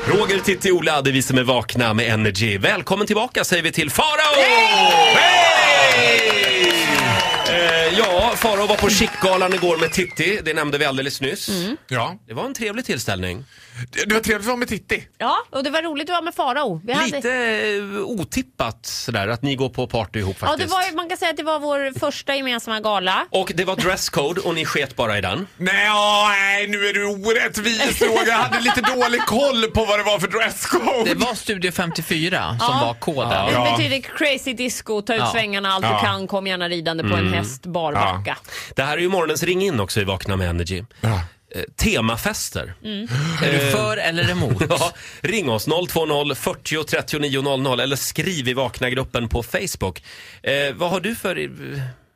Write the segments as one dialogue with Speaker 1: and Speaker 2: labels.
Speaker 1: Roger, Titti, Ola, det är vi som är vakna med Energy. Välkommen tillbaka säger vi till Farao! Hej! Eh, Ja, Farao var på Chic-galan igår med Titti, det nämnde vi alldeles nyss.
Speaker 2: Mm.
Speaker 3: Ja.
Speaker 1: Det var en trevlig tillställning.
Speaker 3: Det det var trevligt att vara med Titti.
Speaker 2: Ja, och det var roligt att vara med Farao. Vi
Speaker 1: Lite eh, otippat sådär att ni går på party ihop
Speaker 2: ja, det
Speaker 1: faktiskt.
Speaker 2: var, ju- man kan säga att det var vår första gemensamma gala.
Speaker 1: Och det var dresscode och ni sket bara i den.
Speaker 3: Nej, åh, nej, nu är du orättvis Roger. Jag hade lite dålig koll på vad det var för
Speaker 4: Det
Speaker 3: dresscode.
Speaker 4: var Studio 54 som
Speaker 2: Ja.
Speaker 4: var koden.
Speaker 2: Det
Speaker 3: Ja.
Speaker 2: betyder crazy disco, ta ut
Speaker 4: Ja.
Speaker 2: svängarna allt
Speaker 3: Ja.
Speaker 2: du kan, kom gärna ridande på en häst, barbacka.
Speaker 1: Det här är ju morgonens ring in också i Vakna med Energy.
Speaker 3: Ja.
Speaker 1: Eh, temafester.
Speaker 4: Är du för eller emot?
Speaker 1: Ja, ring oss 020 40 39 00 eller skriv i Vakna-gruppen på Facebook. Eh, vad har du för eh,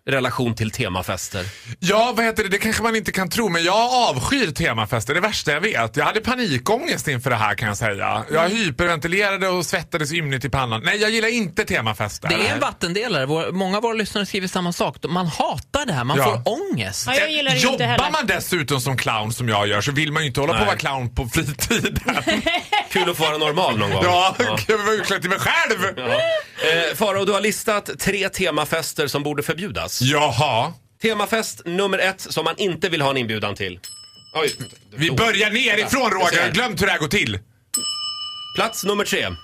Speaker 1: relation till temafester?
Speaker 3: Ja, vad heter det? Det kanske man inte kan tro, men jag avskyr temafester. Det värsta jag vet. Jag hade panikångest inför det här kan jag säga. Jag hyperventilerade och svettades ymnigt i pannan. Nej, jag gillar inte temafester.
Speaker 4: Det är en vattendelare. Vår, många av våra lyssnare skriver samma sak. Man hatar det här, man
Speaker 3: Ja.
Speaker 4: får ångest.
Speaker 2: Ja, jag gillar det ju inte
Speaker 3: Jobbar
Speaker 2: heller.
Speaker 3: man dessutom som clown som jag gör så vill man ju inte hålla på
Speaker 1: Nej.
Speaker 3: att vara clown på fritiden.
Speaker 1: Kul att få vara normal någon gång.
Speaker 3: ja, jag var utklädd till mig själv.
Speaker 1: Ja. Eh, Farao, du har listat tre temafester som borde förbjudas.
Speaker 3: Jaha.
Speaker 1: Temafest nummer ett som man inte vill ha en inbjudan till. Oj.
Speaker 3: Vi börjar nerifrån
Speaker 1: Jag
Speaker 3: Roger,
Speaker 1: ser.
Speaker 3: Oh. jag har glömt hur det här går till.
Speaker 1: Plats nummer tre.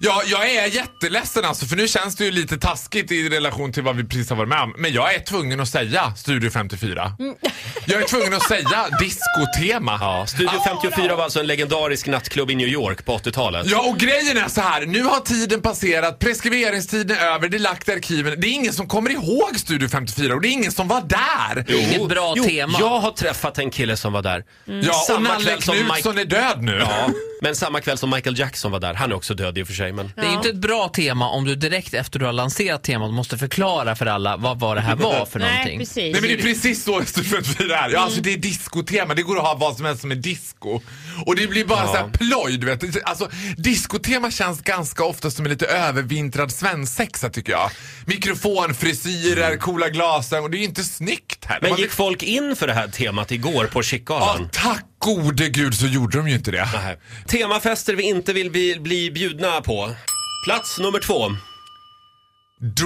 Speaker 3: Ja, jag är jätteledsen alltså för nu känns det ju lite taskigt i relation till vad vi precis har varit med om. Men jag är tvungen att säga Studio 54. Jag är tvungen att säga diskotema. Ah.
Speaker 1: Ja, Studio 54 var alltså en legendarisk nattklubb i New York på 80-talet.
Speaker 3: Ja, och grejen är så här. Nu har tiden passerat, preskriberingstiden är över, det är lagt i arkiven. Det är ingen som kommer ihåg Studio 54 och det är ingen som var där.
Speaker 4: Inget bra
Speaker 1: jo,
Speaker 4: tema.
Speaker 1: Jag har träffat en kille som var där.
Speaker 3: Mm. Ja, och
Speaker 1: Samma
Speaker 3: Nalle
Speaker 1: kväll som Mike-
Speaker 3: Knutsson är död nu.
Speaker 1: Ja, men samma kväll som Michael Jackson var där. Han är också död i och för sig. Men...
Speaker 4: Det är ju inte ett bra tema om du direkt efter du har lanserat temat måste förklara för alla vad, vad det här var för
Speaker 2: Nej,
Speaker 4: någonting.
Speaker 2: precis.
Speaker 3: Nej men det är precis så Studio 54 är. Ja, alltså det är diskotema. Det går att ha vad som helst som är disco. Och det blir bara så här ploj, du vet. Alltså diskotema känns ganska ofta som en lite övervintrad svensexa tycker jag. Mikrofon, frisyrer, coola glasögon. Och det är ju inte snyggt här.
Speaker 1: Mm. Men
Speaker 3: Man-
Speaker 1: gick folk in för det här temat igår på
Speaker 3: Ja,
Speaker 1: Chicagoan?
Speaker 3: tack gode gud så gjorde de ju inte det.
Speaker 1: Nej. Temafester vi inte vill bli, bli bjudna på. Plats nummer två.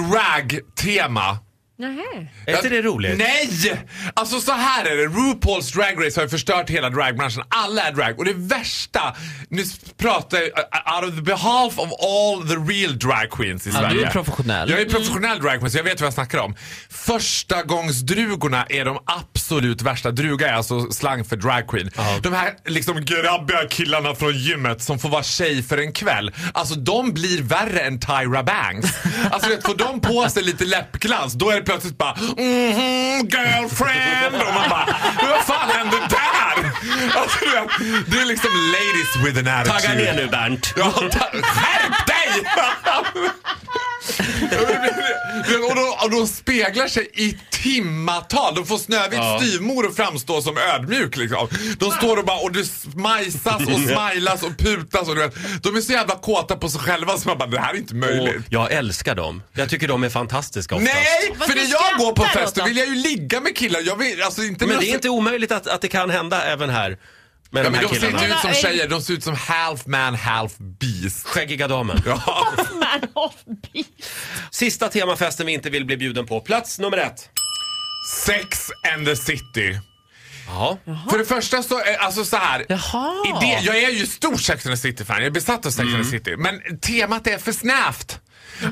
Speaker 3: Dragtema.
Speaker 2: Nähä.
Speaker 1: Är inte det roligt?
Speaker 3: Nej! Alltså så här är det. RuPaul's Drag Race har ju förstört hela dragbranschen. Alla är drag. Och det värsta, nu s- pratar jag uh, out of the behalf of all the real drag queens i
Speaker 4: du är
Speaker 3: Sverige.
Speaker 4: professionell.
Speaker 3: Jag är professionell drag queen så jag vet vad jag snackar om. Första gångs drugorna är de absolut värsta. Druga är alltså slang för drag queen. De här liksom grabbiga killarna från gymmet som får vara tjej för en kväll. Alltså de blir värre än Tyra Banks. Alltså vet, får de på sig lite läppglans då är det plötsligt bara mhm girlfriend och man bara vad fan hände där? Alltså, du vet, det är liksom ladies with an attitude.
Speaker 1: Tagga ner nu Bernt.
Speaker 3: Ja, ta- skärp dig! och, de, och de speglar sig i timmatal. De får Snövits
Speaker 1: Ja.
Speaker 3: styvmor att framstå som ödmjuk. Liksom. De står och bara och det smajsas och smilas och putas. Och du vet, de är så jävla kåta på sig själva så man bara, det här är inte
Speaker 1: Och
Speaker 3: möjligt.
Speaker 1: jag älskar dem. Jag tycker de är fantastiska oftast.
Speaker 3: Nej!
Speaker 2: Vad
Speaker 3: För när
Speaker 2: du
Speaker 3: jag går på
Speaker 2: skrattar
Speaker 3: fest då
Speaker 2: åt
Speaker 3: vill jag ju ligga med killar. Jag vill, alltså, inte
Speaker 1: Men
Speaker 3: med
Speaker 1: det är inte omöjligt att, att det kan hända även här. Med
Speaker 3: Ja,
Speaker 1: de
Speaker 3: men
Speaker 1: här
Speaker 3: de ser
Speaker 1: killarna.
Speaker 3: inte ut som
Speaker 2: Men-
Speaker 3: tjejer, de ser ut som half man, half beast.
Speaker 1: Skäggiga damen.
Speaker 3: Ja.
Speaker 2: Man of beast.
Speaker 1: Sista temafesten vi inte vill bli bjuden på. Plats nummer ett.
Speaker 3: Sex and the city.
Speaker 1: Jaha.
Speaker 3: För det första så, eh, alltså så här.
Speaker 4: Jaha.
Speaker 3: I det, jag är ju stor Sex and the City-fan, jag är besatt av Sex and the
Speaker 4: Mm.
Speaker 3: City. Men temat är för snävt.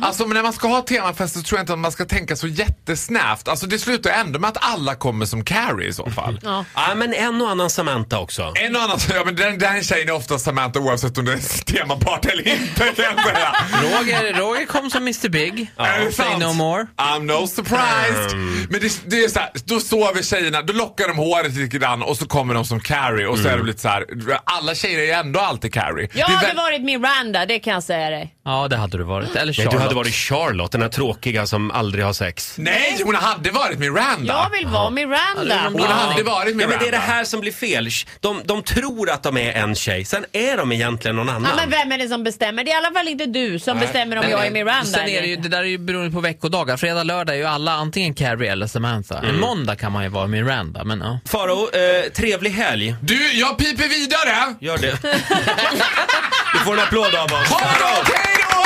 Speaker 3: Alltså men när man ska ha temafester så tror jag inte att man ska tänka så jättesnävt. Alltså det slutar ändå med att alla kommer som Carrie i så fall.
Speaker 2: Ja.
Speaker 1: Ja, men en och annan Samantha också.
Speaker 3: En och annan, ja men den, den tjejen är ofta Samantha oavsett om det är temapart eller inte kan jag säga.
Speaker 4: Roger, Roger kom som Mr Big.
Speaker 3: Är det
Speaker 4: Say
Speaker 3: sant?
Speaker 4: no more. Um.
Speaker 3: I'm no surprised. Men det, det är så här, då sover tjejerna, då lockar de håret lite grann och så kommer de som Carrie och så
Speaker 4: Mm.
Speaker 3: är de lite så här. alla tjejer är ju ändå alltid Carrie.
Speaker 2: Jag
Speaker 3: Det är
Speaker 2: hade
Speaker 3: väl-
Speaker 2: varit Miranda, det kan jag säga dig.
Speaker 4: Ja, det hade du varit. Eller
Speaker 1: Nej,
Speaker 4: Charlotte.
Speaker 1: du hade varit Charlotte, den här tråkiga som aldrig har sex.
Speaker 3: Nej, hon hade varit Miranda.
Speaker 2: Jag vill vara Miranda.
Speaker 3: Hon hade varit
Speaker 1: Ja,
Speaker 3: Miranda.
Speaker 1: men det är det här som blir fel. De, de tror att de är en tjej, sen är de egentligen någon annan.
Speaker 2: Ja, men vem är det som bestämmer? Det är i alla fall inte du som bestämmer om
Speaker 4: Men-
Speaker 2: jag är Miranda.
Speaker 4: Sen är
Speaker 2: eller
Speaker 4: det, ju,
Speaker 2: inte.
Speaker 4: det där är ju beroende på veckodagar. Fredag, lördag är ju alla antingen Carrie eller Samantha. En måndag kan man ju vara Miranda, men ja.
Speaker 1: Faro, eh, trevlig helg.
Speaker 3: Du, jag piper vidare.
Speaker 1: Gör det. får en applåd av oss.
Speaker 3: Ha det okej då!